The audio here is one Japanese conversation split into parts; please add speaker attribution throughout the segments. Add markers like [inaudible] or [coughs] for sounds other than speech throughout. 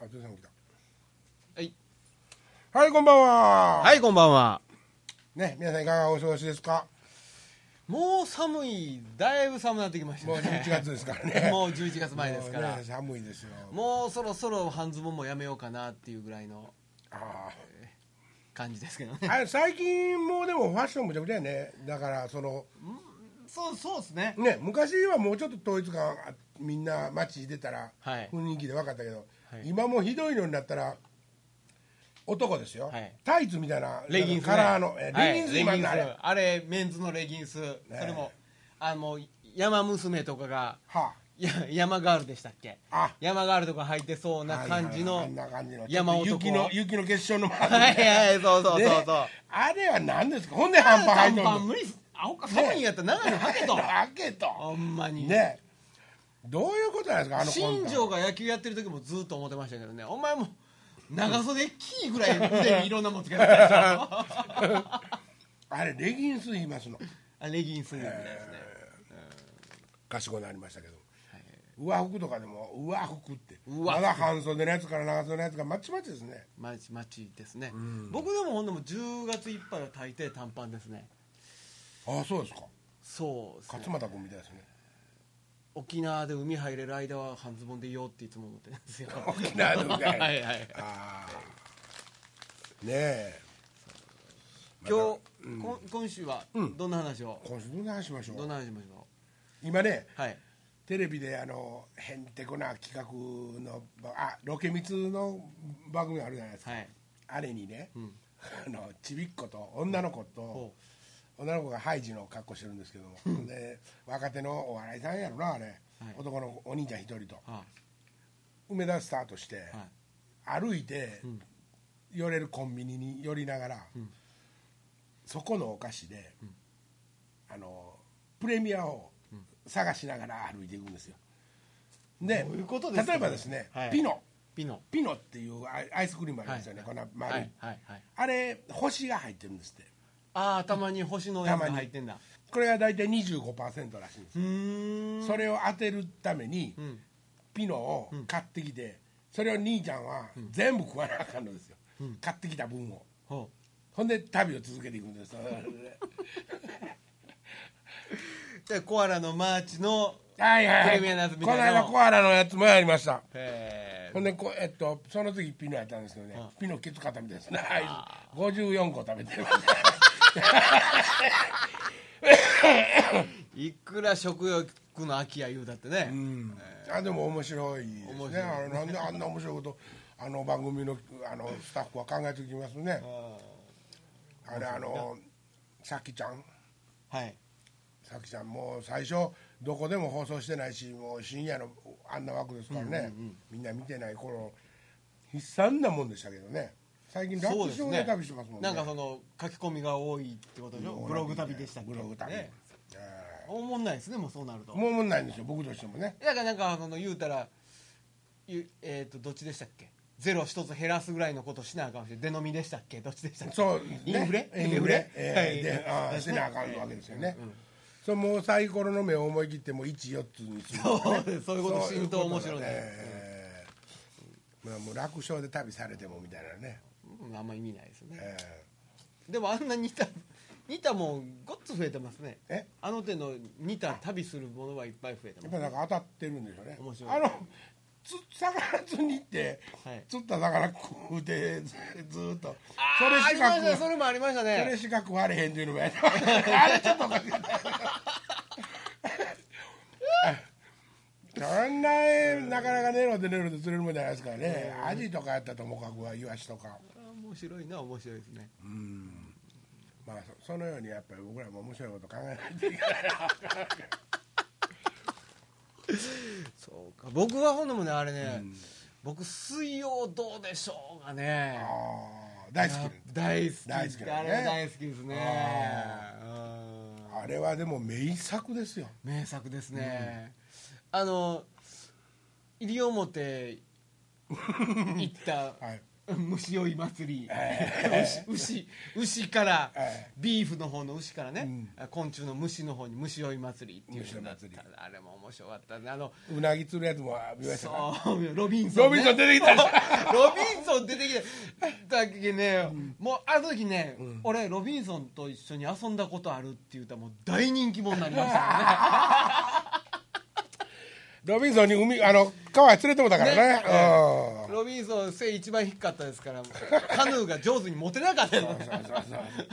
Speaker 1: あ、豊さん来た。
Speaker 2: はい。
Speaker 1: はい、こんばんは。
Speaker 2: はい、こんばんは。
Speaker 1: ね、皆さんいかがお過ごしですか。
Speaker 2: もう寒い、だいぶ寒くなってきました
Speaker 1: もう
Speaker 2: ね。。
Speaker 1: 11月ですからね
Speaker 2: [laughs] もう11月前ですから。
Speaker 1: もうね寒いですよ。
Speaker 2: もうそろそろ半ズボンもやめようかなっていうぐらいの
Speaker 1: あ
Speaker 2: 感じですけど
Speaker 1: ー
Speaker 2: ね。
Speaker 1: あれ最近もうでもファッションむちゃくちゃやね。だからその
Speaker 2: そう、そうですね。
Speaker 1: ね、昔はもうちょっと統一感あみんな街出たら
Speaker 2: はい
Speaker 1: 雰囲気で分かったけど、
Speaker 2: はい
Speaker 1: 今もうひどいのになったら。男ですよ、
Speaker 2: はい
Speaker 1: タイツみたいな
Speaker 2: レギンス、ね。
Speaker 1: カラーの、え
Speaker 2: はい
Speaker 1: レギンス今
Speaker 2: レギン
Speaker 1: のあ
Speaker 2: ス
Speaker 1: れ、
Speaker 2: あれ、メンズのレギンス。それも、あの、山娘とかが、 [laughs]
Speaker 1: は
Speaker 2: や山ガールでしたっけ
Speaker 1: あ、あ
Speaker 2: 山ガールとか履いてそうな感じの。
Speaker 1: はいはいはいあんな感じの
Speaker 2: 山男
Speaker 1: ちょっと雪の雪の結晶のは
Speaker 2: はいはい、そうそうそうそう。
Speaker 1: あれは何ですかほんで半端入っとんの
Speaker 2: 短パン無理っすアホか寒いんやったら長いの履けと
Speaker 1: 開けと
Speaker 2: ほんまに
Speaker 1: ねどういうことなんですかあのコン
Speaker 2: 新
Speaker 1: ト
Speaker 2: 庄が野球やってる時もずっと思ってましたけどねお前も長袖キ
Speaker 1: [laughs]
Speaker 2: ーぐらいでいろんなもんつけてたでしょあ
Speaker 1: あれレギンス言いますの
Speaker 2: レギンスみたいですね
Speaker 1: 賢くなりましたけど上服とかでも上服って
Speaker 2: 上服
Speaker 1: まだ半袖のやつから長袖のやつがまちまちですね
Speaker 2: まちまちですね僕でもほんでも10月いっぱいは大抵短パンですね
Speaker 1: ああそうですか
Speaker 2: そうですね
Speaker 1: 勝俣君みたいですね
Speaker 2: 沖縄で海入れる間は半ズボンでいようっていつも思ってるんですよ
Speaker 1: 沖縄のみたいな
Speaker 2: [laughs] はいはい
Speaker 1: ああねえ
Speaker 2: 今日、こん今週はどんな話を、
Speaker 1: 今週どんな話しましょ
Speaker 2: どん
Speaker 1: う
Speaker 2: な話しましょ
Speaker 1: 今ね
Speaker 2: うはい
Speaker 1: テレビであのへんてこな企画のばあロケ密の番組あるじゃないですか、
Speaker 2: はい
Speaker 1: あれにね、
Speaker 2: ん
Speaker 1: あのちびっ子と女の子と
Speaker 2: ほ、
Speaker 1: 女の子がハイジの格好してるんですけども、で若手のお笑いさんやろなあれ、男のお兄ちゃん一人と
Speaker 2: は
Speaker 1: 梅田スタートして、
Speaker 2: いはい
Speaker 1: 歩いて、寄れるコンビニに寄りながら、そこのお菓子で、あのプレミアを探しながら歩いていくんですよ。で
Speaker 2: どういうことですか
Speaker 1: 例えばですね、
Speaker 2: はい
Speaker 1: ピノ
Speaker 2: ピノ
Speaker 1: ピノっていうアイアイスクリームありますよね、
Speaker 2: はい
Speaker 1: こんな
Speaker 2: はい
Speaker 1: 丸い、
Speaker 2: はいはい
Speaker 1: あれ星が入ってるんですって
Speaker 2: ああ頭に星のやつが入ってんだ
Speaker 1: これが大体25%らしいんです
Speaker 2: う、ーん
Speaker 1: それを当てるために、
Speaker 2: ん
Speaker 1: ピノを買ってきて、それを兄ちゃんは全部食わなあかんのですよ、買ってきた分を。
Speaker 2: ほ
Speaker 1: ほんで旅を続けていくんです
Speaker 2: [laughs] うでコアラのマーチの
Speaker 1: はいはい、はい、
Speaker 2: テレビのやつみ
Speaker 1: こ
Speaker 2: た
Speaker 1: の
Speaker 2: いなの
Speaker 1: 間コアラのやつもやりました
Speaker 2: え
Speaker 1: ほんでこえっとその次ピノやったんですけどね、ピノきつかったみたいですねはい54個食べてました
Speaker 2: ー、いくら食欲の秋や言うだってね、
Speaker 1: あでも面白いですねあのなんであんな面白いことあの番組のあのスタッフは考えてきますねあれあのさきちゃん
Speaker 2: はい
Speaker 1: さきちゃんもう最初どこでも放送してないしもう深夜のあんな枠ですからね、みんな見てない頃悲惨なもんでしたけどね最近ラ
Speaker 2: そ
Speaker 1: ッ
Speaker 2: うで
Speaker 1: プし
Speaker 2: す
Speaker 1: ようで
Speaker 2: ね
Speaker 1: 旅してますもんね
Speaker 2: なんかその書き込みが多いってことでしょブログ旅でしたっけ
Speaker 1: ブログ旅、
Speaker 2: ね
Speaker 1: え
Speaker 2: おもんないですねもうそうなると
Speaker 1: ーもう問題ないんですよ僕としてもね
Speaker 2: だからなんかその言うたらゆえっ、とどっちでしたっけゼロ一つ減らすぐらいのことしなあかんし出飲みでしたっけどっちでしたっけ
Speaker 1: そう、
Speaker 2: インフレ
Speaker 1: インフレ、えーで
Speaker 2: はい
Speaker 1: あーせなあかんわけですよね、そうもうサイコロの目を思い切ってもう14つにするとかね、
Speaker 2: [laughs] [laughs] そうそういうこと知ると面白いね
Speaker 1: えーまあもう楽勝で旅されてもみたいなね、
Speaker 2: うんあんま意味ないですよね
Speaker 1: え
Speaker 2: でもあんな似た似たもんごっつ増えてますね
Speaker 1: え
Speaker 2: あの手の似た旅するものはいっぱい増えて
Speaker 1: ーや
Speaker 2: ま
Speaker 1: っ
Speaker 2: す
Speaker 1: ぱりなんか当たってるんでしょうね
Speaker 2: 面白い
Speaker 1: あのつ魚釣りに行って、
Speaker 2: はい
Speaker 1: 釣った魚食うてずずーっと
Speaker 2: あ
Speaker 1: それ
Speaker 2: ーあ
Speaker 1: し
Speaker 2: りま
Speaker 1: か食
Speaker 2: した
Speaker 1: わ
Speaker 2: ねそれもありましたね
Speaker 1: それしか食われへんっていうのもやった
Speaker 2: [laughs]
Speaker 1: あれちょっとおかしいそんななかなかネロでネロで釣れるもんじゃないですからねアジとかやったらともかくはイワシとか
Speaker 2: あー面白いな面白いですね
Speaker 1: まあそそのようにやっぱり僕らも面白いこと考えないといけない
Speaker 2: そうか僕はほんでもねあれね、僕「水曜どうでしょう」がね
Speaker 1: あー大好き
Speaker 2: やっぱ大好き
Speaker 1: 大好きだね
Speaker 2: あれは大好きですねうん
Speaker 1: あれはでも名作ですよ
Speaker 2: 名作ですね、あの西表行った
Speaker 1: はい
Speaker 2: うん [laughs] 虫追い祭り
Speaker 1: え
Speaker 2: [laughs] 牛牛牛から
Speaker 1: え
Speaker 2: ビーフの方の牛からね
Speaker 1: う
Speaker 2: 昆虫の虫の方に虫追い祭りっていうのがあった
Speaker 1: 虫追い祭
Speaker 2: あれも面白かったねあの
Speaker 1: うなぎ釣るやつも見ましたか [laughs]
Speaker 2: そうロビンソン、ね、
Speaker 1: ロビンソン出てきたでしょ
Speaker 2: [laughs] ロビンソン出てきただけね、もうあの時ね、俺ロビンソンと一緒に遊んだことあるって言うたらもう大人気者になりましたからね
Speaker 1: [laughs] ロビンソンに海あの川へ連れてもだからね
Speaker 2: ね
Speaker 1: うん
Speaker 2: ロビンソン背一番低かったですからカヌーが上手に持てなかった
Speaker 1: [laughs]
Speaker 2: よ
Speaker 1: そうそう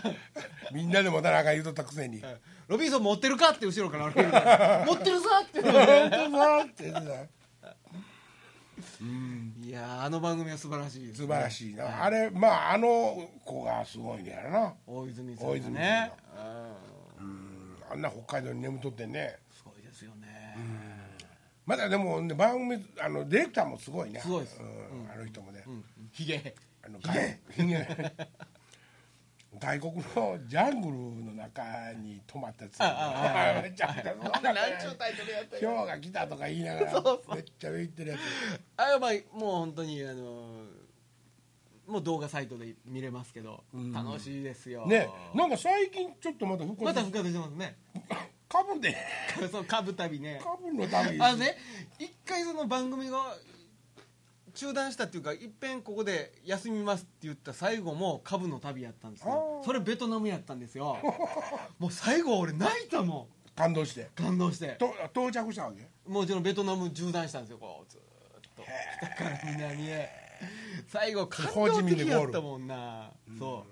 Speaker 1: そうみんなでもたらあかん言うとったくせに「
Speaker 2: ロビンソン持ってるかって後ろから俺言うから持ってるぞって言うのね
Speaker 1: 本当だ」って言ってた
Speaker 2: いやーあの番組は素晴らしいです
Speaker 1: 素晴らしいなあれまああの子がすごいんやろな
Speaker 2: 大泉さん
Speaker 1: 大
Speaker 2: が
Speaker 1: 泉
Speaker 2: ね
Speaker 1: さう
Speaker 2: う
Speaker 1: んんあんな北海道に眠っとってね
Speaker 2: すごいですよね
Speaker 1: まだでもね番組あのディレクターもすごいね
Speaker 2: すごいです
Speaker 1: うんあの人もね
Speaker 2: ヒゲ
Speaker 1: あの外国外国のジャングルの中に泊まったやつ
Speaker 2: あ
Speaker 1: [laughs]
Speaker 2: ああ
Speaker 1: めっちゃめっちゃそうだ
Speaker 2: なん
Speaker 1: ね
Speaker 2: ちゅうタイトルやったよ
Speaker 1: 今日が来たとか言い
Speaker 2: [laughs]
Speaker 1: ながらめっちゃ言ってるやつ
Speaker 2: あれはまあもう本当にあのーもう動画サイトで見れますけど楽しいですよ
Speaker 1: ねなんか最近ちょっとまた復
Speaker 2: ま
Speaker 1: 活
Speaker 2: た復活してますね [laughs]
Speaker 1: かぶで
Speaker 2: そうかぶたびね
Speaker 1: かぶの旅
Speaker 2: あのね一回その番組が中断したっていうかいっぺんここで休みますって言った最後も株の旅やったんですよ
Speaker 1: あー
Speaker 2: それベトナムやったんで
Speaker 1: [laughs]
Speaker 2: すよもう最後俺泣いたも
Speaker 1: 感動して
Speaker 2: ん感動して
Speaker 1: と到着したわけ
Speaker 2: もちろんベトナム縦断したんですよこうずーっと北から南へ最後感
Speaker 1: ホー
Speaker 2: 動
Speaker 1: チミンで
Speaker 2: 的
Speaker 1: ゴ
Speaker 2: や
Speaker 1: ール
Speaker 2: ったもんなそ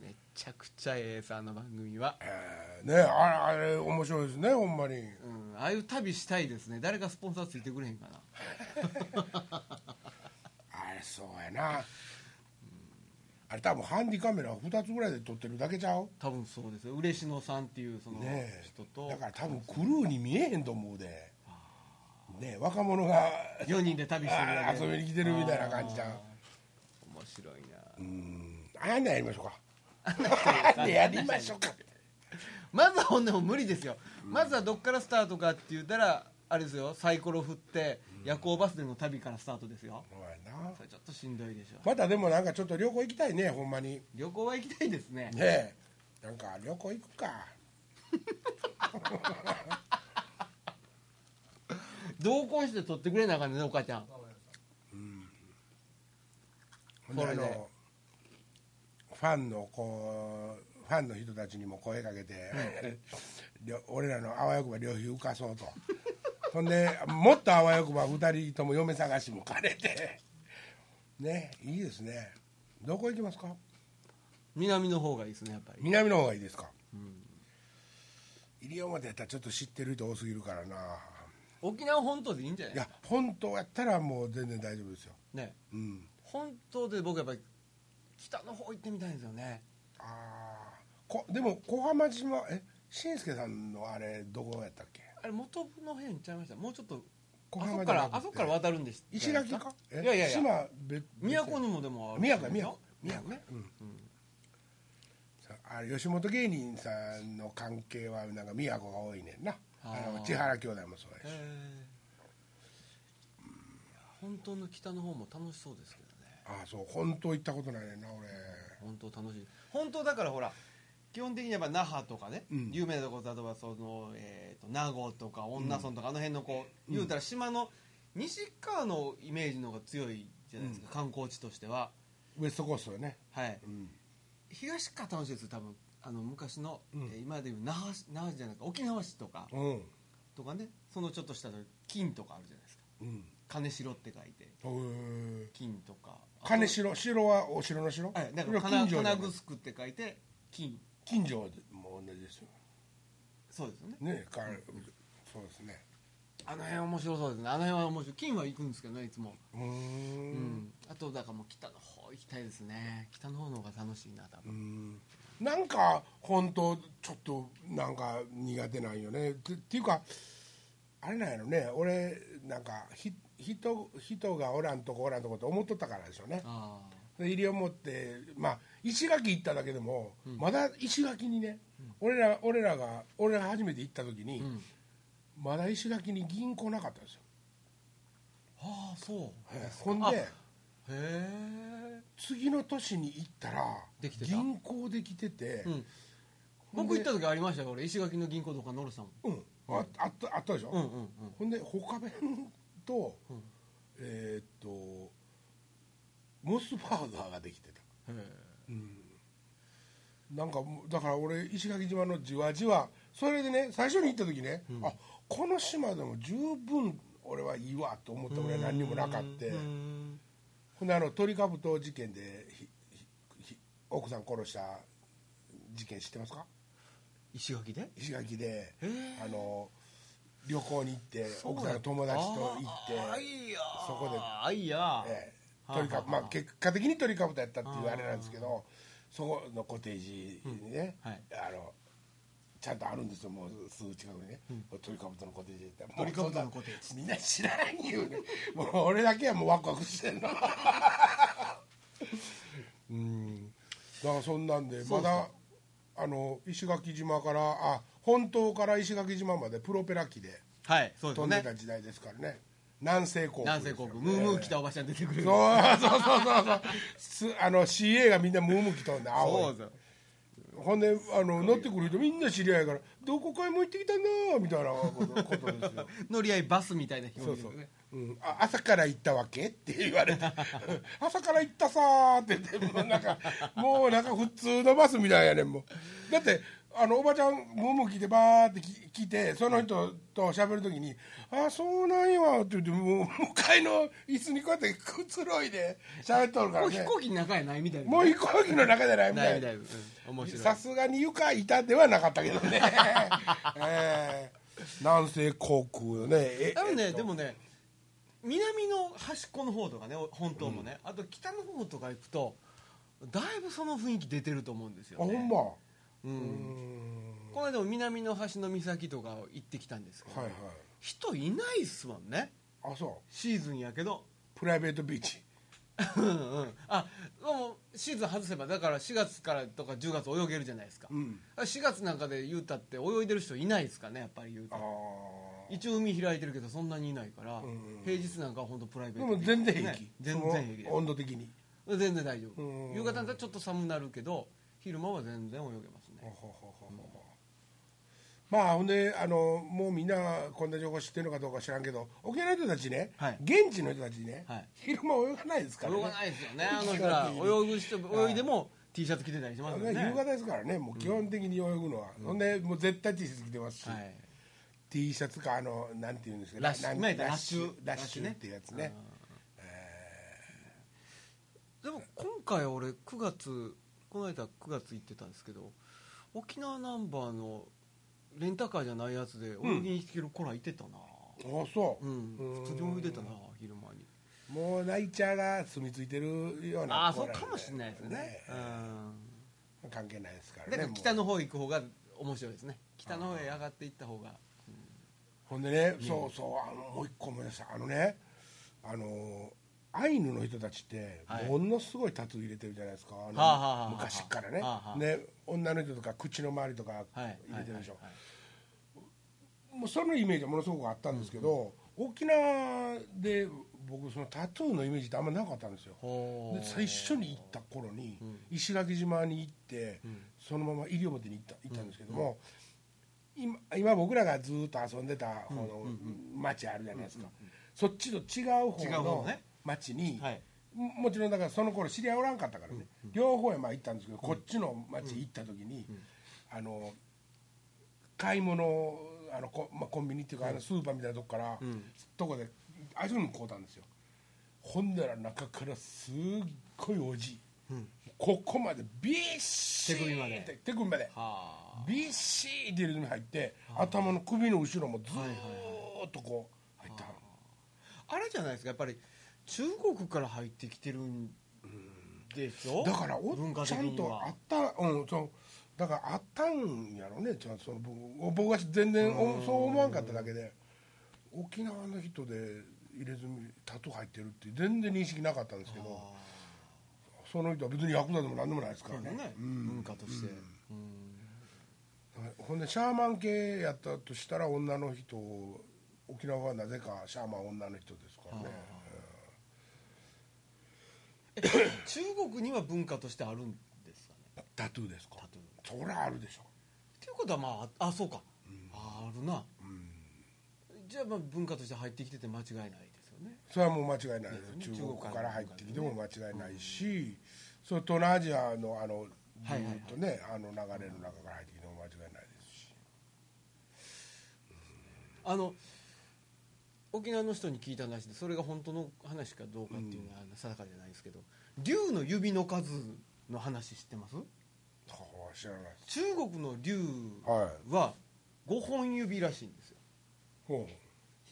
Speaker 2: うめちゃくちゃええさあの番組は
Speaker 1: えーねあれあれ面白いですねほんまに
Speaker 2: うんああいう旅したいですね誰かスポンサーついてくれへんかな
Speaker 1: あれそうやなあれ多分ハンディカメラ2つぐらいで撮ってるだけちゃう
Speaker 2: 多分そうですよ嬉野さんっていうその
Speaker 1: ね
Speaker 2: 人と、
Speaker 1: だから多分クルーに見えへんと思うでね若者が
Speaker 2: 4人で旅してる
Speaker 1: あ
Speaker 2: だけ
Speaker 1: ー遊びに来てるみたいな感じじゃん
Speaker 2: 面白いな
Speaker 1: うんあんなんやりましょうか [laughs] あんなんやりましょうか
Speaker 2: まずはほんでも無理ですよ、まずはどっからスタートかって言ったらあれですよサイコロ振って夜行バスでの旅からスタートですよ
Speaker 1: そうやな
Speaker 2: それちょっとしんどいでしょ
Speaker 1: またでもなんかちょっと旅行行きたいねほんまに
Speaker 2: 旅行は行きたいですね
Speaker 1: ねえなんか旅行行くか
Speaker 2: 同行して撮ってくれなあかんねんねお母ちゃん
Speaker 1: ほんで
Speaker 2: こ
Speaker 1: あ
Speaker 2: れね
Speaker 1: のファンのこうファンの人たちにも声かけて、 [laughs] りょ俺らのあわよくば両費浮かそうと [laughs] そんでもっとあわよくば2人とも嫁探しも兼ねてねいいですねどこ行きますか
Speaker 2: 南の方がいいですねやっぱり
Speaker 1: 南の方がいいですか、西表やったらちょっと知ってる人多すぎるからな
Speaker 2: 沖縄本島でいいんじゃない
Speaker 1: いや本当やったらもう全然大丈夫ですよ、
Speaker 2: ね
Speaker 1: うん、
Speaker 2: 本島で僕やっぱり北の方行ってみたいんですよね
Speaker 1: ああこでも小浜島え紳助さんのあれどこやったっけ
Speaker 2: あれ元の辺行っちゃいましたもうちょっと
Speaker 1: 小
Speaker 2: あそ
Speaker 1: 浜
Speaker 2: こ
Speaker 1: じ
Speaker 2: か
Speaker 1: ゃな
Speaker 2: ら
Speaker 1: くて
Speaker 2: あそこから渡るんです
Speaker 1: 石垣か
Speaker 2: いやいやいや
Speaker 1: 島別
Speaker 2: 都にもでもある
Speaker 1: 宮古宮古
Speaker 2: 宮古ね
Speaker 1: さあれ吉本芸人さんの関係はなんか宮古が多いねんな
Speaker 2: あ
Speaker 1: あ
Speaker 2: ー
Speaker 1: の千原兄弟もそうやし、
Speaker 2: へー本当の北の方も楽しそうですけどね
Speaker 1: ああそう本当行ったことないねんな俺
Speaker 2: 本当楽しい本当だからほら基本的にやっぱ那覇とかね、
Speaker 1: うん
Speaker 2: 有名なとこ例えばその、えー、と名護とか恩納村とか、あの辺のこう言うたら島の西側のイメージの方が強いじゃないですか、観光地としては
Speaker 1: ウエストコーストよね
Speaker 2: はい
Speaker 1: うん
Speaker 2: 東側楽しいですよ多分あの昔の、
Speaker 1: うん
Speaker 2: えー今でいう那覇市那覇市じゃなくて沖縄市とか、
Speaker 1: うん
Speaker 2: とかねそのちょっとした金とかあるじゃないですか
Speaker 1: うん
Speaker 2: 金城って書いて
Speaker 1: ほう
Speaker 2: 金とか
Speaker 1: 金城城はお城の城
Speaker 2: はいだか
Speaker 1: これ
Speaker 2: ら
Speaker 1: は
Speaker 2: 金
Speaker 1: じゃない
Speaker 2: 金城って書いて金
Speaker 1: 近所も同じですよ
Speaker 2: そうですよね
Speaker 1: ねかそうですね
Speaker 2: あの辺面白そうですねあの辺は面白い金は行くんですけどねいつも
Speaker 1: うーん
Speaker 2: うん、あとだからもう北の方行きたいですね北の方の方が楽しいな多分、
Speaker 1: なんか本当ちょっとなんか苦手なんよねてっていうかあれなんやろね俺なんかひ人人がおらんとこおらんとこって思っとったからでしょうね
Speaker 2: ああ
Speaker 1: で西表まあ石垣行っただけでも、まだ石垣にね、俺ら俺らが俺らが初めて行った時に、
Speaker 2: ん
Speaker 1: まだ石垣に銀行なかったんですよ
Speaker 2: ああそう
Speaker 1: ほんで
Speaker 2: へ
Speaker 1: 次の年に行ったら
Speaker 2: できてた
Speaker 1: 銀行できてて
Speaker 2: え、うん、
Speaker 1: ほん
Speaker 2: 僕
Speaker 1: で
Speaker 2: 行った時ありましたよ俺石垣の銀行とか乗るさん
Speaker 1: うんああったあったでしょ、
Speaker 2: うんうんうん
Speaker 1: ほんで他弁と、
Speaker 2: うん
Speaker 1: えーっとモスバーガーができてた、
Speaker 2: へ
Speaker 1: なんかもうだから俺石垣島のじわじわそれでね最初に行った時ね、あこの島でも十分俺はいいわと思った俺は何にもなかって
Speaker 2: えうん
Speaker 1: ほんであの鳥かぶと事件でひひひ奥さん殺した事件知ってますか
Speaker 2: 石垣で
Speaker 1: 石垣で
Speaker 2: へえ
Speaker 1: あの旅行に行って
Speaker 2: うだ
Speaker 1: 奥さんの友達と行
Speaker 2: あ
Speaker 1: っ
Speaker 2: ー
Speaker 1: て、
Speaker 2: いやー
Speaker 1: そこで
Speaker 2: あーいやー
Speaker 1: ええ
Speaker 2: はあ
Speaker 1: 鳥か
Speaker 2: はあ
Speaker 1: まあ、結果的に鳥かぶとやったっていうあれなんですけどそこのコテージにね、
Speaker 2: うんはい
Speaker 1: あのちゃんとあるんですよもうすぐ近くにね、鳥かぶとのコテージって
Speaker 2: 鳥かぶとのコテー
Speaker 1: ジみんな知らないよね [laughs] もう俺だけはもうワクワクしてん
Speaker 2: [laughs]
Speaker 1: のうんだからそんなんで
Speaker 2: そう
Speaker 1: ま
Speaker 2: ですか
Speaker 1: だあの石垣島からあ本島から石垣島までプロペラ機で
Speaker 2: はいそうです
Speaker 1: 飛
Speaker 2: よ
Speaker 1: んで
Speaker 2: ね
Speaker 1: た時代ですからね南西航空
Speaker 2: 南西航空ムームー北おばちゃん出てくる
Speaker 1: そうそうそうそうそうすあの CA がみんなムームきとんで青
Speaker 2: そ
Speaker 1: いう
Speaker 2: ですよ
Speaker 1: ほんであの乗ってくる人みんな知り合いやからどこかへも行ってきたんだみたいなことことですよ
Speaker 2: 乗り合いバスみたいな飛
Speaker 1: [laughs] そ
Speaker 2: 行
Speaker 1: う
Speaker 2: 機
Speaker 1: そ
Speaker 2: で
Speaker 1: う
Speaker 2: すね、
Speaker 1: うん、あ朝から行ったわけって言われて [laughs] 朝から行ったさーって言ってもうなんかもうなんか普通のバスみたいやねんもうだってあのおばちゃんムームきてバーってき来てその人と喋るときに「ああそうなんや」って言ってもう向かいの椅子にこうやってくつろいで喋っとるから
Speaker 2: もう
Speaker 1: ね
Speaker 2: 飛行機の中やないみたいな
Speaker 1: もう飛行機の中じゃないみ
Speaker 2: な
Speaker 1: た
Speaker 2: い
Speaker 1: い
Speaker 2: みた
Speaker 1: ない
Speaker 2: な、うん、面白
Speaker 1: さ
Speaker 2: い
Speaker 1: すがに床板ではなかったけど
Speaker 2: [laughs]
Speaker 1: ね、えー南西航空よねえ
Speaker 2: 多分
Speaker 1: え
Speaker 2: ね
Speaker 1: っと
Speaker 2: でもね南の端っこの方とかね本島もね、あと北の方とか行くとだいぶその雰囲気出てると思うんです
Speaker 1: あ
Speaker 2: よ、
Speaker 1: ほ
Speaker 2: ね、
Speaker 1: んまう
Speaker 2: うん
Speaker 1: ーん
Speaker 2: この間も南の端の岬とか行ってきたんですけど、
Speaker 1: はいはい
Speaker 2: 人いないっすもんね
Speaker 1: あそう
Speaker 2: シーズンやけど
Speaker 1: プライベートビーチ
Speaker 2: うんうんあでもシーズン外せばだから4月からとか10月泳げるじゃないですか、
Speaker 1: うん
Speaker 2: 4月なんかで言うたって泳いでる人いないですかねやっぱり言う
Speaker 1: あ
Speaker 2: た
Speaker 1: あ
Speaker 2: ら一応海開いてるけどそんなにいないから、
Speaker 1: ん
Speaker 2: 平日なんかは本当プライベ
Speaker 1: で
Speaker 2: ート
Speaker 1: も全然平
Speaker 2: ね
Speaker 1: 気
Speaker 2: 全然平気
Speaker 1: その温度的に
Speaker 2: です全然大丈夫
Speaker 1: うん
Speaker 2: 夕方だったらちょっと寒なるけど昼間は全然泳げます
Speaker 1: ほ
Speaker 2: ね
Speaker 1: ほほほほまあほんであのもうみんなこんな情報知ってるのかどうか知らんけど沖縄の人たちね、
Speaker 2: はい
Speaker 1: 現地の人たちね、
Speaker 2: はい
Speaker 1: 昼間泳がないですからね
Speaker 2: 泳がないですよねあの人ら泳ぐ人泳いでも T シャツ着てたりしますよね
Speaker 1: 夕方ですからねもう基本的に泳ぐのは、ほんでもう絶対 T シャツ着てますし、
Speaker 2: はい
Speaker 1: T シャツかあのなんていうんですか
Speaker 2: ラッシュ
Speaker 1: なん
Speaker 2: 今言った
Speaker 1: ラ
Speaker 2: ラ
Speaker 1: ッ
Speaker 2: ッ
Speaker 1: シ
Speaker 2: シ
Speaker 1: ュ
Speaker 2: ュ
Speaker 1: ラッシュっていうやつね
Speaker 2: でも今回俺9月この間9月行ってたんですけど沖縄ナンバーのレンタカーじゃないやつで泳ぎに来てる子らいてたな
Speaker 1: あそ
Speaker 2: うん、普通に泳いでたな昼間に
Speaker 1: うもうナイチャーが住み着いてるような
Speaker 2: ああ
Speaker 1: 子
Speaker 2: そう
Speaker 1: ら
Speaker 2: かもしれないですね
Speaker 1: うん関係ないですか
Speaker 2: うん、
Speaker 1: ら
Speaker 2: だから
Speaker 1: ね
Speaker 2: 北
Speaker 1: もう
Speaker 2: の方行く方が面白いですね北の方へ上がっていった方が
Speaker 1: ほんでねそうそうあのもう一個思い出したあのねあのアイヌの人たちって
Speaker 2: はい
Speaker 1: ものすごいタトゥー入れてるじゃないですか、あの
Speaker 2: はあはあはあ
Speaker 1: 昔っからね、
Speaker 2: はあはあ
Speaker 1: ね女の人とか口の周りとか
Speaker 2: はい
Speaker 1: 入れてるでしょ、
Speaker 2: はいはいはい
Speaker 1: もうそのイメージはものすごくあったんですけど、沖縄で僕そのタトゥーのイメージってあんまなかったんですよ
Speaker 2: ほ
Speaker 1: で
Speaker 2: う
Speaker 1: 最初に行った頃に、石垣島に行って、そのまま西表に行った行ったんですけども、今今僕らがずっと遊んでた方の町あるじゃないですか、そっちと違う方
Speaker 2: 違う方
Speaker 1: の
Speaker 2: ね
Speaker 1: 町に、
Speaker 2: はい
Speaker 1: ももちろんだからその頃知り合いおらんかったからね、両方へまあ行ったんですけど、こっちの町行った時に、あの買い物あのこ、まあ、コンビニっていうか、あのスーパーみたいなとこから、とこでアイスクリーム買うたんですよほんなら中からすっごいおじい、ここまでビッシー
Speaker 2: 手首まで
Speaker 1: って手首まで
Speaker 2: は
Speaker 1: ビッシーって入れるに入って頭の首の後ろもず
Speaker 2: はいはい
Speaker 1: ーっとこう入った、
Speaker 2: ああれじゃないですかやっぱり中国から入ってきてるんでしょ
Speaker 1: だからお
Speaker 2: 文化
Speaker 1: っ
Speaker 2: 的
Speaker 1: ちゃん
Speaker 2: に
Speaker 1: とあ
Speaker 2: は
Speaker 1: ったうんそうだからあったんやろねちゃんとその僕僕は全然おそう思わんかっただけで沖縄の人で入れ墨タトゥー入ってるって全然認識なかったんですけどその人は別にヤクザでも何でもないですからね
Speaker 2: ね文化としてうん
Speaker 1: ほんでシャーマン系やったとしたら女の人を沖縄はなぜかシャーマン女の人ですからね
Speaker 2: え [coughs] 中国には文化としてあるんですかね
Speaker 1: タトゥーですか
Speaker 2: タトゥーっ
Speaker 1: そりゃあるでしょ、
Speaker 2: ていうことはまああそうか、あるな
Speaker 1: うん、
Speaker 2: じゃあまあ文化として入ってきてて間違いないですよね
Speaker 1: それはもう間違いない
Speaker 2: ですよね
Speaker 1: 中国から入ってきても間違いないし、それ東南アジアのあのず
Speaker 2: はいはいはい
Speaker 1: ーっとね、あの流れの中から入ってきても間違いないですし
Speaker 2: あの沖縄の人に聞いた話でそれが本当の話かどうかっていうのは定かじゃないですけど竜の指の数の話知ってます
Speaker 1: はあ知らないです
Speaker 2: 中国の竜
Speaker 1: はい
Speaker 2: は5本指らしいんですよ
Speaker 1: ほ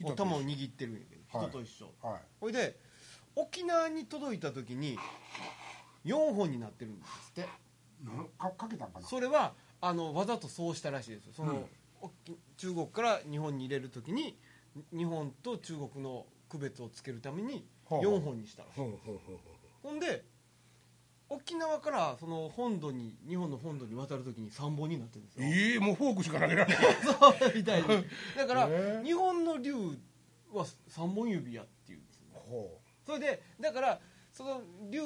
Speaker 1: う
Speaker 2: お玉を握ってるんやけど
Speaker 1: はい
Speaker 2: 人と一緒、
Speaker 1: はい
Speaker 2: ほいで沖縄に届いた時に4本になってるんですって
Speaker 1: なんかかけたんかな
Speaker 2: それはあのわざとそうしたらしいですよその、
Speaker 1: うん
Speaker 2: おき中国から日本に入れる時にに日本と中国の区別をつけるために
Speaker 1: ほう
Speaker 2: 4本にしたらしい
Speaker 1: ほうほうほう
Speaker 2: ほんで沖縄からその本土に日本の本土に渡る時に3本になってるんですよ
Speaker 1: ええもうフォークしか投げられない
Speaker 2: [laughs] そうみたいにだから、
Speaker 1: へえ
Speaker 2: 日本の竜は3本指やっていうんですよね
Speaker 1: ほ
Speaker 2: それでだからその竜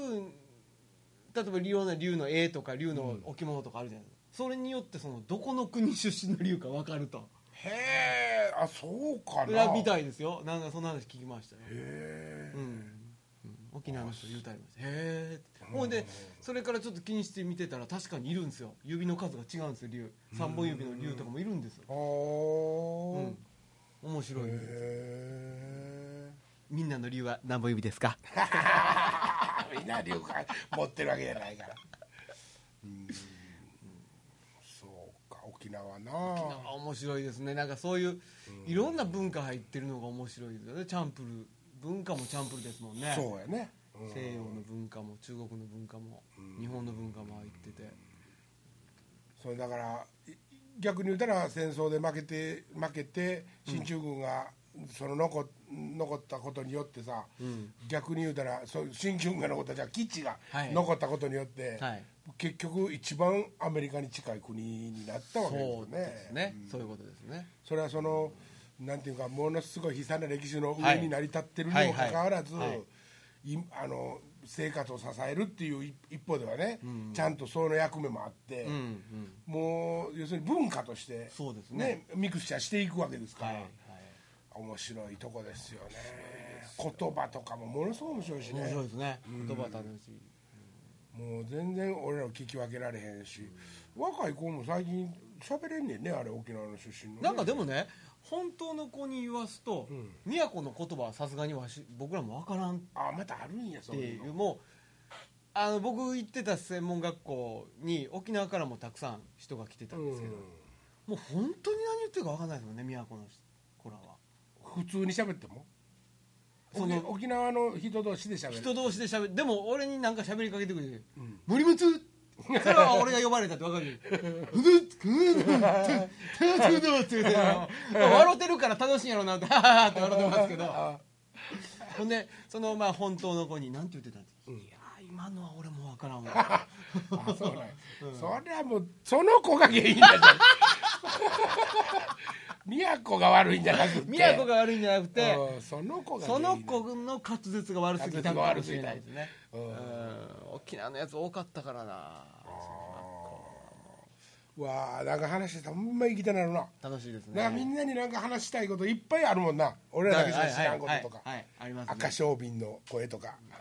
Speaker 2: 例えばいろんな竜の絵とか竜の置物とかあるじゃないですか、それによってそのどこの国出身の竜か分かると
Speaker 1: うへえあそうかな
Speaker 2: 裏みた
Speaker 1: へ
Speaker 2: いですよなんかそんな話聞きましたよ、
Speaker 1: え
Speaker 2: うんうん沖縄の人言うたりましたへえほんでそれからちょっと気にして見てたら確かにいるんですよ指の数が違うんですよ竜3本指の竜とかもいるんですよ、
Speaker 1: あ
Speaker 2: う
Speaker 1: ー
Speaker 2: ん、面白い
Speaker 1: へ
Speaker 2: です
Speaker 1: え
Speaker 2: みんなの理由は何本指ですか
Speaker 1: みんな流感持ってるわけじゃないからうんそうか沖縄な
Speaker 2: 面白いですねなんかそういういろんな文化入ってるのが面白いですよねチャンプルー文化もチャンプルーですもんね
Speaker 1: そうやね、うん
Speaker 2: 西洋の文化も中国の文化も日本の文化も入ってて
Speaker 1: それだからい逆に言うたら戦争で負けて負けて進駐軍が、その残残ったことによってさ、
Speaker 2: うん
Speaker 1: 逆に言うたらそう進駐軍が残ったじゃあ基地が
Speaker 2: はい
Speaker 1: 残ったことによって、
Speaker 2: はい
Speaker 1: 結局一番アメリカに近い国になったわけです
Speaker 2: そ
Speaker 1: よ
Speaker 2: う
Speaker 1: ね
Speaker 2: ですねそういうことですね
Speaker 1: それはそのなんていうかものすごい悲惨な歴史の
Speaker 2: は
Speaker 1: 上
Speaker 2: い
Speaker 1: に成り立ってるにもかかわらず、
Speaker 2: はいはいはい
Speaker 1: いあの生活を支えるっていう一一方ではね、ちゃんとその役目もあって、
Speaker 2: うんうん
Speaker 1: もう要するに文化として、
Speaker 2: そうですね
Speaker 1: ミクスチャーしていくわけですから、
Speaker 2: はいはい
Speaker 1: 面白いとこですよね言葉とかもものすごい面白いし
Speaker 2: 面
Speaker 1: ね
Speaker 2: 白いですね言葉楽しい
Speaker 1: もう全然俺らを聞き分けられへんし、若い子も最近喋れんねんねあれ沖縄の出身のね、
Speaker 2: なんかでもね本当の子に言わすと宮古の言葉はさすがにわし僕らも分からん
Speaker 1: あまたあるんや
Speaker 2: っ
Speaker 1: そ
Speaker 2: て
Speaker 1: うい
Speaker 2: いうう
Speaker 1: の
Speaker 2: もうあの僕行ってた専門学校に沖縄からもたくさん人が来てたんですけど、もう本当に何言ってるか分かんないですもんね宮古の子らは
Speaker 1: 普通に喋っても
Speaker 2: その
Speaker 1: 沖沖縄の人同士で喋る
Speaker 2: 人同士で喋るでも俺になんか喋りかけてくれて
Speaker 1: ん
Speaker 2: 「森松!」それは俺が呼ばれたって分かる「ふずっくーっーって言うて笑ってるから楽しいんやろうなって「ははは」って笑ってますけど
Speaker 1: あ
Speaker 2: ほんでそのまあ本当の子に何て言ってたんですか、いやー今のは俺も分からんわ
Speaker 1: あそうなんや、それはもうその子が原因 [laughs] だじゃん宮古が悪いんじゃなくて
Speaker 2: [laughs] 宮古が悪いんじゃなくて、
Speaker 1: うんその子が原
Speaker 2: そ
Speaker 1: 因
Speaker 2: の子の滑舌が悪すぎたのかもしれないですね、う
Speaker 1: 滑舌が悪すぎ
Speaker 2: ん、沖縄のやつ多かったからな
Speaker 1: うわあなんか話してたらほんま生きてなるな
Speaker 2: 楽しいですね
Speaker 1: なんかみんなになんか話したいこといっぱいあるもんな俺らだけじゃ知らんこととか、
Speaker 2: はいはいはいありますね
Speaker 1: 赤小瓶の声とか
Speaker 2: まあ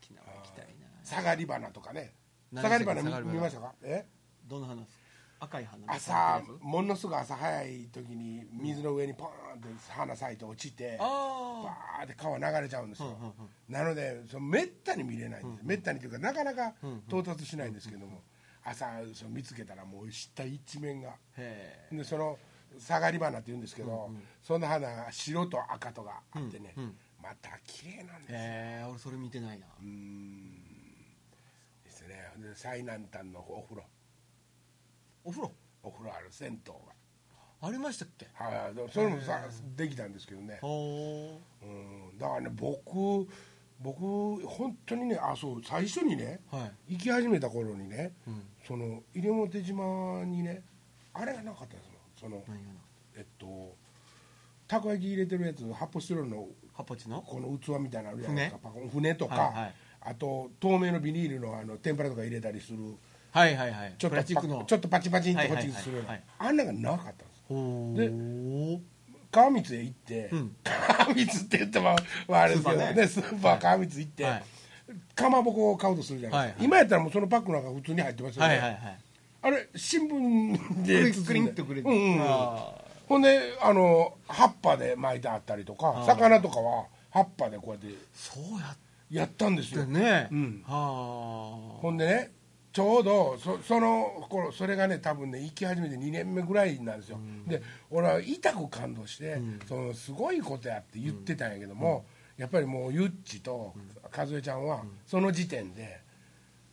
Speaker 2: 沖縄行きたいな
Speaker 1: 下がり花とかね
Speaker 2: 何
Speaker 1: 下
Speaker 2: で
Speaker 1: が
Speaker 2: し
Speaker 1: り花
Speaker 2: たっけ下がり
Speaker 1: 見
Speaker 2: 花
Speaker 1: 見ましたかえ
Speaker 2: どの花ですか赤い花
Speaker 1: 朝ものすごい朝早い時に水の上にポーンって花咲いて落ちてバ
Speaker 2: あ
Speaker 1: ーって川流れちゃうんですよ
Speaker 2: うんうん
Speaker 1: なのでそのめったに見れないんですめったにというかなかなか到達しないんですけども朝その見つけたらもう下一面が
Speaker 2: あへえ
Speaker 1: でその下がり花って言うんですけどその花が白と赤とがあってね
Speaker 2: うんうん
Speaker 1: また綺麗なんですよ
Speaker 2: へえ俺それ見てないな
Speaker 1: うーんですねで最南端のお風呂
Speaker 2: お風呂
Speaker 1: お風呂ある銭湯が。
Speaker 2: ありましたっけ
Speaker 1: はい、でもそれもさできたんですけどね、
Speaker 2: ほ
Speaker 1: うん、だからね僕僕本当にねあそう最初にね
Speaker 2: うはい
Speaker 1: 行き始めた頃にね、
Speaker 2: うん
Speaker 1: その西表島にねあれがなかったんですよその、
Speaker 2: 何がな
Speaker 1: えっとたこ焼き入れてるやつ発泡スチロールの
Speaker 2: ハッパチの
Speaker 1: この器みたいなのあるじゃないですか
Speaker 2: 船
Speaker 1: パコン船とか、
Speaker 2: はいはい
Speaker 1: あと透明のビニールのあの天ぷらとか入れたりする
Speaker 2: はいはいはい
Speaker 1: ちょっと
Speaker 2: プラスチック
Speaker 1: パ
Speaker 2: の
Speaker 1: ちょっとパチパチンってこっちに
Speaker 2: はい
Speaker 1: す
Speaker 2: はい
Speaker 1: るよ
Speaker 2: はいうは
Speaker 1: ないあんながなかったんです
Speaker 2: ほ
Speaker 1: で
Speaker 2: ー
Speaker 1: 川光へ行って、
Speaker 2: うん
Speaker 1: 川光って言ってもあれですけど
Speaker 2: スーパー
Speaker 1: ね
Speaker 2: ね
Speaker 1: スーパー川光行って、
Speaker 2: はい
Speaker 1: かまぼこを買おうとするじゃないですか、
Speaker 2: はいはい
Speaker 1: 今やったらもうそのパックなんか普通に入ってますよね、
Speaker 2: はいはいはい
Speaker 1: あれ新聞で包んで
Speaker 2: クリンとくれて
Speaker 1: うんうん
Speaker 2: あ
Speaker 1: ほんであの葉っぱで巻いてあったりとか
Speaker 2: あー
Speaker 1: 魚とかは葉っぱでこうやって
Speaker 2: そうや
Speaker 1: やったんですよ、
Speaker 2: ってね
Speaker 1: うん
Speaker 2: は
Speaker 1: ほんでねちょうどそその頃それがね多分ね行き始めて2年目ぐらいなんですよ、で俺は痛く感動して、そのすごいことやって言ってたんやけども、やっぱりもうゆっちと和江ちゃんは、その時点で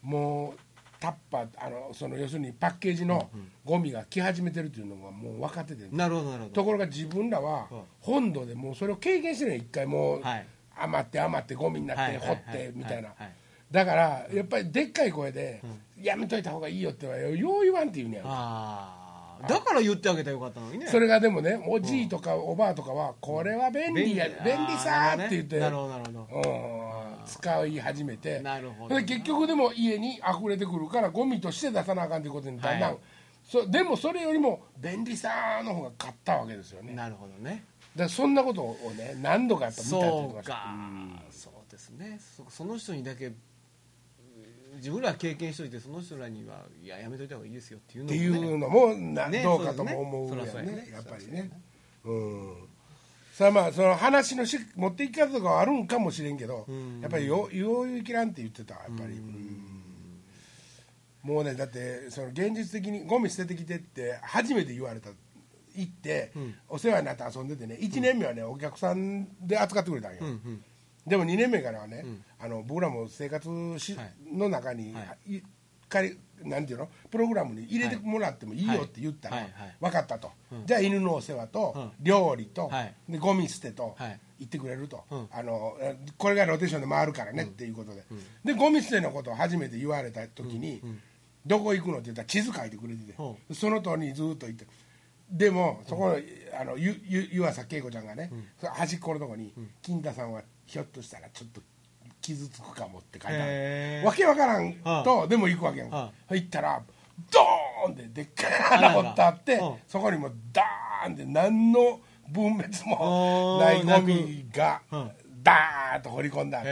Speaker 1: もうタッパーあのその要するにパッケージのゴミが来始めてるっていうのがもう分かってて、
Speaker 2: あなるほどなるほ
Speaker 1: と
Speaker 2: ど
Speaker 1: ころが自分らは
Speaker 2: うん
Speaker 1: 本土でもうそれを経験してるのよ一回もう
Speaker 2: はい
Speaker 1: 余って余ってゴミにな
Speaker 2: は
Speaker 1: って
Speaker 2: いはい
Speaker 1: 掘
Speaker 2: は
Speaker 1: っ
Speaker 2: い
Speaker 1: てみたいな
Speaker 2: はいはい
Speaker 1: だからやっぱりでっかい声で「やめといた方がいいよ」ってのはよう言わんって言うねや
Speaker 2: ああだから言ってあげたらよかったのにね
Speaker 1: それがでもねおじいとかおばあとかは「これは便利や便利さ」って言って
Speaker 2: なるほどなるほど
Speaker 1: うん使い始めて
Speaker 2: なるほどな
Speaker 1: で結局でも家に溢れてくるからゴミとして出さなあかんってことにだんだん、
Speaker 2: はい
Speaker 1: そでもそれよりも便利さの方が勝ったわけですよね
Speaker 2: なるほどね
Speaker 1: だからそんなことをね何度かやっぱ見たって言って
Speaker 2: そ
Speaker 1: ま
Speaker 2: う
Speaker 1: した
Speaker 2: か
Speaker 1: うん
Speaker 2: そうですねそその人にだけ自分らは経験しといてその人らにはいややめといた方がいいですよっていう
Speaker 1: っ
Speaker 2: の
Speaker 1: て
Speaker 2: も、ね、
Speaker 1: いうのもな、
Speaker 2: ね
Speaker 1: どうかとも思う
Speaker 2: そう
Speaker 1: やん
Speaker 2: ですね
Speaker 1: ね
Speaker 2: そりゃそうやね
Speaker 1: やっぱり
Speaker 2: そうです
Speaker 1: ね
Speaker 2: よね
Speaker 1: うんさあまあその話のし持っていき方とかはあるんかもしれんけど
Speaker 2: うん
Speaker 1: やっぱりよ「ようゆきらん」って言ってたやっぱりうんもうねだってその現実的にゴミ捨ててきてって初めて言われた行って、
Speaker 2: うん
Speaker 1: お世話になって遊んでてね1年目はね、お客さんで扱ってくれたんよ、
Speaker 2: うんうん
Speaker 1: でも2年目からはね、
Speaker 2: うん
Speaker 1: あの僕らも生活し、
Speaker 2: はい
Speaker 1: の中に、、
Speaker 2: はい
Speaker 1: かりなんていうのプログラムに入れてもらってもいいよって言ったら、
Speaker 2: はいはいはい
Speaker 1: 分かったと、
Speaker 2: うん
Speaker 1: じゃあ犬のお世話と、
Speaker 2: うん
Speaker 1: 料理と、
Speaker 2: はい
Speaker 1: でゴミ捨てと、
Speaker 2: はい
Speaker 1: 言ってくれると、
Speaker 2: うん
Speaker 1: あのえこれがローテーションで回るからねっていうことで、でゴミ捨てのことを初めて言われた時に、
Speaker 2: うんうん
Speaker 1: どこ行くのって言ったら地図書いてくれてて、
Speaker 2: ほ
Speaker 1: その通りにずっと行ってでもそこの,、あのゆゆ湯浅恵子ちゃんがね、その端っこのとこに、金田さんはひょっとしたらちょっと傷つくかもって書いてあ
Speaker 2: へ
Speaker 1: る
Speaker 2: ー
Speaker 1: わけわからん
Speaker 2: は
Speaker 1: とでも行くわけやん、
Speaker 2: は
Speaker 1: 行ったらドーンってでっかい穴掘ってあって
Speaker 2: あららうん
Speaker 1: そこにもうダーンって何の分別も
Speaker 2: あー
Speaker 1: ないゴミが
Speaker 2: うん
Speaker 1: ダーンと掘り込んだって
Speaker 2: へ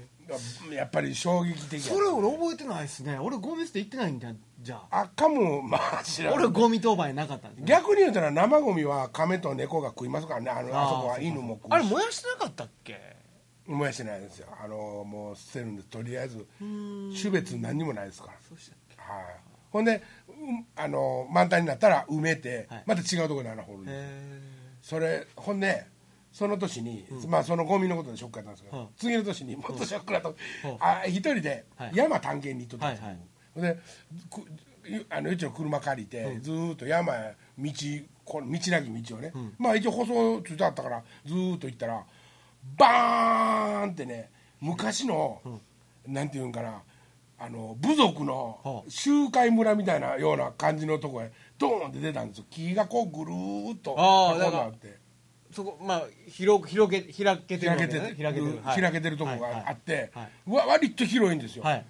Speaker 2: え
Speaker 1: やっぱり衝撃的や
Speaker 2: それ俺覚えてないですね俺ゴミ捨て行ってないんだじゃあ
Speaker 1: あかもまあ知らん
Speaker 2: 俺ゴミ当番やなかったんですね
Speaker 1: 逆に言うたら生ゴミは亀と猫が食いますからねあのあそこは犬も食
Speaker 2: あ
Speaker 1: う
Speaker 2: れ
Speaker 1: し
Speaker 2: 燃やしてなかったっけ
Speaker 1: 燃やしてないですよあのもう捨てるんでとりあえず
Speaker 2: ん
Speaker 1: 種別何にもないですから
Speaker 2: そうしたっけ
Speaker 1: はいほんで、うんあの満タンになったら埋めて、
Speaker 2: はい
Speaker 1: また違うところに穴掘るんです
Speaker 2: へ
Speaker 1: それほんでその年に、まあそのゴミのことでショックやったんですけど、
Speaker 2: うん
Speaker 1: 次の年にもっとショックだと、
Speaker 2: うん
Speaker 1: あ一人で
Speaker 2: はい
Speaker 1: 山探検に行っとったんですよ、
Speaker 2: はいはい
Speaker 1: ほんでくゆあのうちの車借りて、ずーっと山へ道この道なき道をね、まあ一応舗装ついてあったからずーっと行ったらバーンってね昔の、なんていうんかなあの部族の
Speaker 2: はあ
Speaker 1: 集会村みたいなような感じのとこへドーンって出たんですよ木がこうぐるーっと
Speaker 2: ああ
Speaker 1: 囲ん
Speaker 2: だか
Speaker 1: で
Speaker 2: ら
Speaker 1: あって。
Speaker 2: そこまあ広く広げ開けてるわ
Speaker 1: 開
Speaker 2: け
Speaker 1: けて
Speaker 2: だよね
Speaker 1: て開けてる、
Speaker 2: はい
Speaker 1: 開けてるとこ
Speaker 2: はい
Speaker 1: があって、
Speaker 2: はいう
Speaker 1: わ割と広いんですよ、
Speaker 2: はい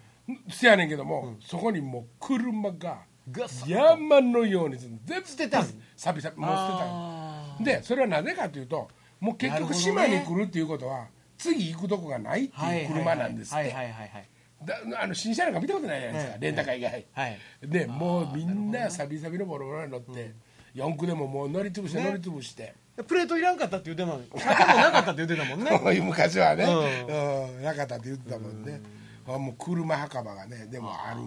Speaker 1: せやねんけども、そこにもう車が
Speaker 2: ガサッと
Speaker 1: 山のように全部捨
Speaker 2: てたん
Speaker 1: サビサビもう捨てた
Speaker 2: あ
Speaker 1: んでそれはなぜかというともう結
Speaker 2: なるほ
Speaker 1: 局
Speaker 2: どね
Speaker 1: 島に来るっていうことは、次行くとこがないって
Speaker 2: はい
Speaker 1: いう車なんですっ
Speaker 2: はい
Speaker 1: て
Speaker 2: はいはいはい
Speaker 1: だあの新車なんか見たことないじゃないですか、
Speaker 2: はい
Speaker 1: レンタカー以外、
Speaker 2: はい
Speaker 1: でもうみんなサビサビのボロボロに乗って、四駆でももう乗り潰して
Speaker 2: ね
Speaker 1: 乗り潰して、
Speaker 2: プレートいらんかったって言ってたもん酒もなかったって言ってたもん
Speaker 1: [laughs]
Speaker 2: ね
Speaker 1: 昔はね、
Speaker 2: う
Speaker 1: うんなかったって言ってたもんね、あもう車墓場がねでもある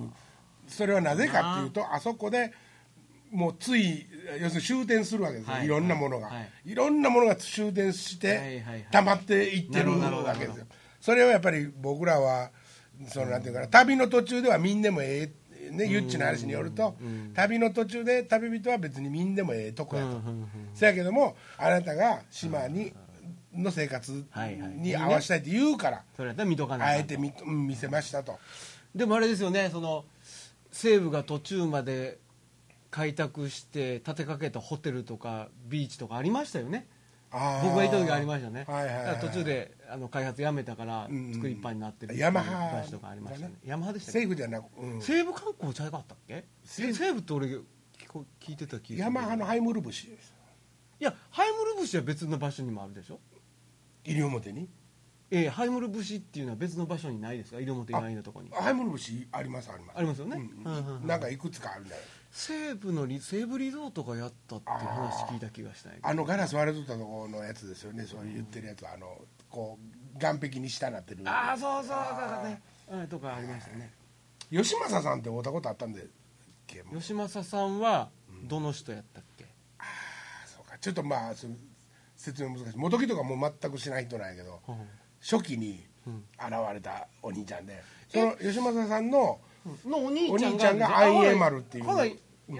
Speaker 1: それはなぜかっていうとあそこでもうつい要するに終点するわけですよ、
Speaker 2: はい
Speaker 1: い、ろんなものが、
Speaker 2: はいい、
Speaker 1: ろんなものが終点して、
Speaker 2: はいはいはい
Speaker 1: 溜まっていってる
Speaker 2: なるほど
Speaker 1: わけ
Speaker 2: なる
Speaker 1: で
Speaker 2: ほ
Speaker 1: す
Speaker 2: ど
Speaker 1: よそれをやっぱり僕らはそのなんていうかな旅の途中ではみんでもええね、ゆっちの話によると、旅の途中で旅人は別にみんでもええとこやと、
Speaker 2: うんうんうん
Speaker 1: せやけどもあなたが島にの生活
Speaker 2: はいはい
Speaker 1: に合わせたいって言うから、
Speaker 2: それやったら見とか
Speaker 1: あ
Speaker 2: ない
Speaker 1: えて見見せましたと
Speaker 2: でもあれですよねその西武が途中まで開拓して建てかけたホテルとかビーチとかありましたよね
Speaker 1: あー
Speaker 2: 僕がいた時ありましたね、
Speaker 1: はいはいはい
Speaker 2: だから途中であの開発やめたから
Speaker 1: うん
Speaker 2: 作りっぱになってる
Speaker 1: ヤマハ
Speaker 2: 話とかありましたね
Speaker 1: だ
Speaker 2: ヤマハでしたっけ
Speaker 1: セーフじゃなく、うん、
Speaker 2: 西武観光ちゃいかったっけ
Speaker 1: 西武
Speaker 2: 西武って俺聞こ聞いてた気が
Speaker 1: ヤマハの
Speaker 2: い
Speaker 1: ハイムルブシです
Speaker 2: やハイムル節は別の場所にもあるでしょ
Speaker 1: 西表に
Speaker 2: ええハイムル節っていうのは別の場所にないですか西表以外のとこに
Speaker 1: ハイムルブシありますあります
Speaker 2: ありますよね
Speaker 1: うん
Speaker 2: うんうんうん
Speaker 1: なんかいくつかあるんだよ
Speaker 2: 西武のリ西武リゾートがやったっていう話聞いた気がしたんやけど
Speaker 1: あのガラス割れとったところのやつですよねそう言ってるやつはあのこう岸壁に下なってる
Speaker 2: ああそうそうそうそうねうんとかありましたね
Speaker 1: 吉政さんって会ったことあったんでけも
Speaker 2: 吉政さんはどの人やったっけ、
Speaker 1: そうかちょっとまあその説明難しい元木とかもう全くしない人なんやけど
Speaker 2: うん
Speaker 1: 初期に
Speaker 2: うん
Speaker 1: 現れたお兄ちゃんでその吉政さんの
Speaker 2: のお兄ち
Speaker 1: お
Speaker 2: ゃんが
Speaker 1: 兄ちゃんが IA 丸っていう
Speaker 2: ほら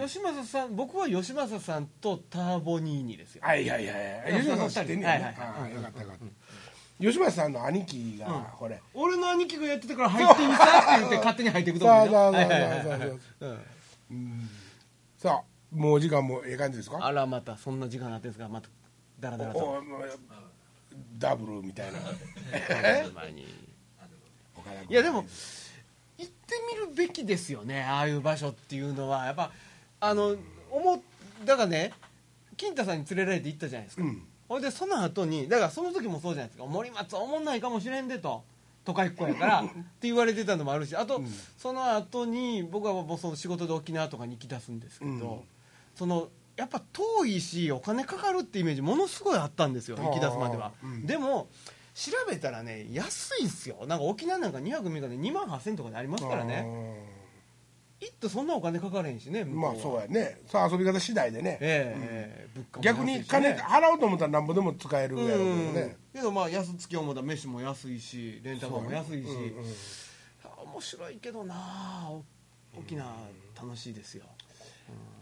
Speaker 2: 吉政さん僕は吉政さんとターボニーニですよ
Speaker 1: はいはいはいはい吉政さん知ってんねやね
Speaker 2: はいはい
Speaker 1: あ
Speaker 2: は
Speaker 1: あ
Speaker 2: い
Speaker 1: よかったよかった吉政さんの兄貴が
Speaker 2: うん
Speaker 1: これ
Speaker 2: 俺の兄貴がやってたから入ってみたって言って勝手に入っていくと思う
Speaker 1: [laughs]
Speaker 2: よ
Speaker 1: そうそうそう
Speaker 2: はいはいはいはい
Speaker 1: そう
Speaker 2: うん
Speaker 1: さあもう時間もええ感じですか
Speaker 2: あらまたそんな時間になってんですがまたダラダラ
Speaker 1: お
Speaker 2: [laughs] と
Speaker 1: おもうダブルみたい
Speaker 2: [laughs]
Speaker 1: な
Speaker 2: ほんまに
Speaker 1: 岡田君
Speaker 2: いやでも行ってみるべきですよねああいう場所っていうのはやっぱあの思っだからね金太さんに連れられて行ったじゃないですか、
Speaker 1: うん
Speaker 2: ほんでその後にだからその時もそうじゃないですか森松おもんないかもしれんでと都会っ子やか
Speaker 1: [laughs]
Speaker 2: らって言われてたのもあるしあと、その後に僕はもうその仕事で沖縄とかに行き出すんですけど、
Speaker 1: うん
Speaker 2: そのやっぱ遠いしお金かかるってイメージものすごいあったんですよ
Speaker 1: あー
Speaker 2: 行き出すまでは、
Speaker 1: うん
Speaker 2: でも調べたらね安いんすよなんか沖縄なんか2泊3日で2万8000とかでありますからね一都そんなお金かかれへんしね
Speaker 1: う
Speaker 2: 向
Speaker 1: ん
Speaker 2: こ
Speaker 1: ま
Speaker 2: は
Speaker 1: あそうやねさあ遊び方次第でね
Speaker 2: ええええ物価も
Speaker 1: 逆に
Speaker 2: 安いしね
Speaker 1: 金払おうと思ったらなんぼでも使える
Speaker 2: う
Speaker 1: やろうけど
Speaker 2: ん
Speaker 1: ね
Speaker 2: けどまあ安月思うたら飯も安いしレンタカーも安いし、
Speaker 1: うんうん
Speaker 2: あ面白いけどなあお沖縄楽しいですよ、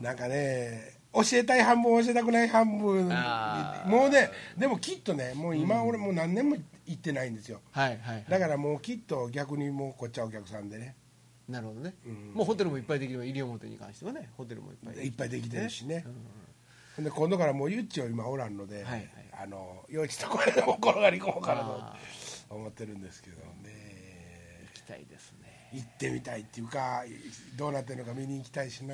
Speaker 1: なんかね教えたい半分教えたくない半分
Speaker 2: あー
Speaker 1: もうねでもきっとねもう今俺もう何年も行ってないんですよ
Speaker 2: はいはいはい
Speaker 1: だからもうきっと逆にもうこっちはお客さんでね
Speaker 2: なるほどね、
Speaker 1: うん
Speaker 2: もうホテルもいっぱいできる西表に関してはねホテルもいっぱい
Speaker 1: いっぱいできてるしね
Speaker 2: うんうん
Speaker 1: ほんで今度からもうゆっちを今おらんので、
Speaker 2: はいはい
Speaker 1: あの幼稚とこれでも転がり込もうかな
Speaker 2: あ
Speaker 1: と思ってるんですけどね
Speaker 2: 行きたいですね
Speaker 1: 行ってみたいっていうかどうなってるのか見に行きたいしな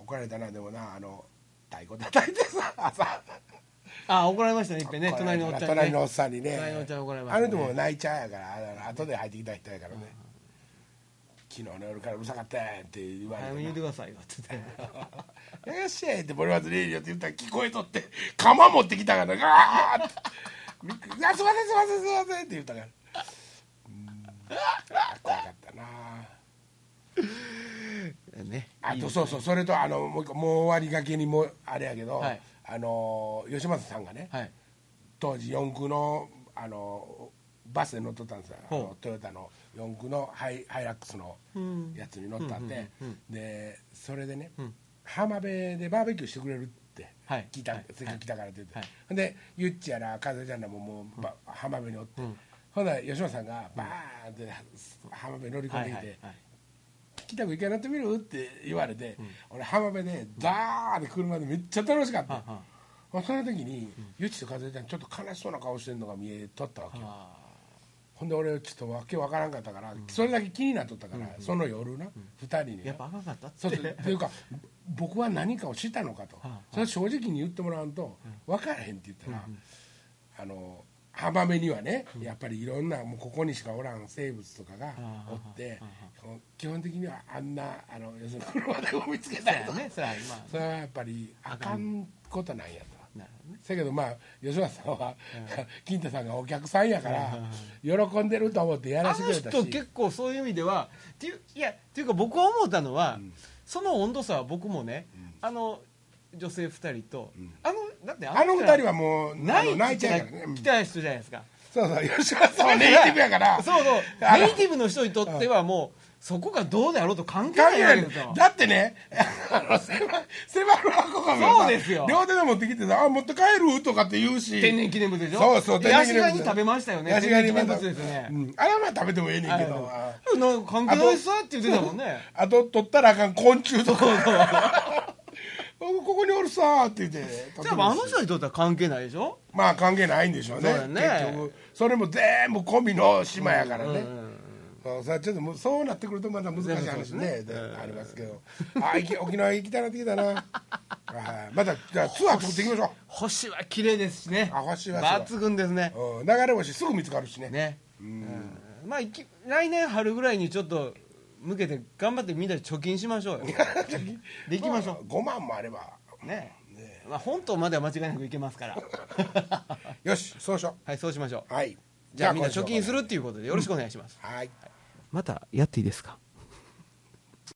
Speaker 1: 怒られたなでもなあの太鼓叩いてさ朝
Speaker 2: ああ怒られましたねいっぺんね
Speaker 1: こ
Speaker 2: 隣のおっちゃんにね
Speaker 1: 隣のおっさんにね
Speaker 2: 隣のおっちゃんに怒られまし
Speaker 1: あ
Speaker 2: たね
Speaker 1: の人も泣いちゃうやからあ後で入ってきた人やからね、昨日の夜からうるさかったやんって言われ
Speaker 2: 早
Speaker 1: て
Speaker 2: め
Speaker 1: な
Speaker 2: に言ってくださいよって言っ
Speaker 1: 「
Speaker 2: て
Speaker 1: よっしゃい」って「森松レイディオ」って言ったら聞こえとって釜持ってきたからガーッて「びっくりあすいませんすいませんすいません」って言ったからうーん怖かったな
Speaker 2: ね
Speaker 1: [laughs] あ
Speaker 2: いい
Speaker 1: と
Speaker 2: です
Speaker 1: そうそうそれとあのもう一個もう終わりがけにもうあれやけど、
Speaker 2: はい
Speaker 1: あの吉松さんがね、
Speaker 2: はい
Speaker 1: 当時四駆のあのバスで乗っとったんですよあ
Speaker 2: ほう
Speaker 1: のトヨタの四駆のハイハイラックスの
Speaker 2: うん
Speaker 1: やつに乗ったんで、
Speaker 2: うんうん
Speaker 1: でそれでね、
Speaker 2: うん
Speaker 1: 浜辺でバーベキューしてくれるって
Speaker 2: はい
Speaker 1: 聞いた、
Speaker 2: はい
Speaker 1: せっかく来たからって言って、
Speaker 2: はい
Speaker 1: ほんでゆっちやら風ちゃんらももう、ば浜辺におって、
Speaker 2: うん
Speaker 1: ほんなら吉野さんがバーンって浜辺に乗り込ん
Speaker 2: は
Speaker 1: で
Speaker 2: い
Speaker 1: きて。
Speaker 2: はいはい
Speaker 1: 北区行かなってみるって言われて、俺浜辺でダーって車でめっちゃ楽しかった、
Speaker 2: はあは
Speaker 1: まあ、その時に、ゆちと風ちゃんちょっと悲しそうな顔してるのが見えとったわけよ
Speaker 2: あ
Speaker 1: ほんで俺ちょっとわけわからんかったから、それだけ気になっとったから、その夜な、二人に
Speaker 2: ー
Speaker 1: な
Speaker 2: やっぱ赤かったっ
Speaker 1: そう
Speaker 2: て
Speaker 1: そうっていうか僕は何かをしたのかと、
Speaker 2: あはあ
Speaker 1: それ正直に言ってもらうと分からへんって言ったら、あの浜辺にはね、やっぱりいろんなもうここにしかおらん生物とかがおって、基本的にはあんなあの要するに車でゴミつけた
Speaker 2: [laughs]
Speaker 1: りと
Speaker 2: そうや
Speaker 1: か、
Speaker 2: ねそれは今
Speaker 1: それはやっぱりあかんことなんやと。
Speaker 2: なるほどね
Speaker 1: せやけどまあ吉田さんは、 [laughs] 金太さんがお客さんやから、喜んでると思ってやら
Speaker 2: あ
Speaker 1: せてく
Speaker 2: の
Speaker 1: れたし
Speaker 2: 人結構そういう意味ではっていういやっていうか僕は思ったのは、その温度差は僕もね、あの女性2人と、あのだって
Speaker 1: あの
Speaker 2: 二
Speaker 1: 二人はもう
Speaker 2: な
Speaker 1: あの
Speaker 2: い
Speaker 1: 泣
Speaker 2: 泣
Speaker 1: い
Speaker 2: い
Speaker 1: ち
Speaker 2: ち
Speaker 1: ゃ
Speaker 2: ゃ
Speaker 1: うからね、うん
Speaker 2: 来た人じゃないですか、
Speaker 1: そうそう吉田さんはネイティブやから
Speaker 2: そうそう
Speaker 1: あの
Speaker 2: ネイティブの人にとってはもうそこがどうであろうと関係
Speaker 1: 関係な
Speaker 2: ないわけ
Speaker 1: い
Speaker 2: ですよ
Speaker 1: だってね、あの、狭い、狭い箱が
Speaker 2: そうですよ
Speaker 1: 両手で持ってきてさ、あ、持って帰るとかって言うし。
Speaker 2: 天然記念物でしょ
Speaker 1: そうそう、
Speaker 2: ヤシガニ食べましたよね
Speaker 1: ヤシガニ
Speaker 2: 天然記念物ですよね
Speaker 1: うんあれはまあ食べてもええねんけど。あ
Speaker 2: なんか関係ないさって言ってたもんね
Speaker 1: あと、取ったらあかん昆虫とか。そ [laughs] 僕ここにおるさ」って言って
Speaker 2: じゃああの人にとっては関係ないでしょ
Speaker 1: まあ関係ないんでしょうね
Speaker 2: そうだね
Speaker 1: 結局それも全部込みの島やからね、
Speaker 2: うん
Speaker 1: そうそれはちょっともうそうなってくるとまた難しい話ね
Speaker 2: 全部そうですね
Speaker 1: で
Speaker 2: うん
Speaker 1: ありますけどあ行き沖縄行きたなってきた
Speaker 2: [laughs]
Speaker 1: なはいまたじゃあツアー作っていきましょ
Speaker 2: 星は綺麗ですしね
Speaker 1: あ星は
Speaker 2: 抜群ですね
Speaker 1: う、うん、流れ星すぐ見つかるしね
Speaker 2: ね
Speaker 1: うん
Speaker 2: うんまあいき来年春ぐらいにちょっと向けて頑張ってみんなで [laughs] 貯金しましょうよでいきましょ
Speaker 1: 5万もあれば
Speaker 2: うね
Speaker 1: ね
Speaker 2: まあ本島までは間違いなくいけますから [laughs]
Speaker 1: よしそうしよ
Speaker 2: はいそうしましょう
Speaker 1: うはい
Speaker 2: じゃあみんな
Speaker 1: 今週
Speaker 2: 貯
Speaker 1: は
Speaker 2: 金するっていうことでよろしくお願いします、
Speaker 1: はい
Speaker 2: またやっていいですか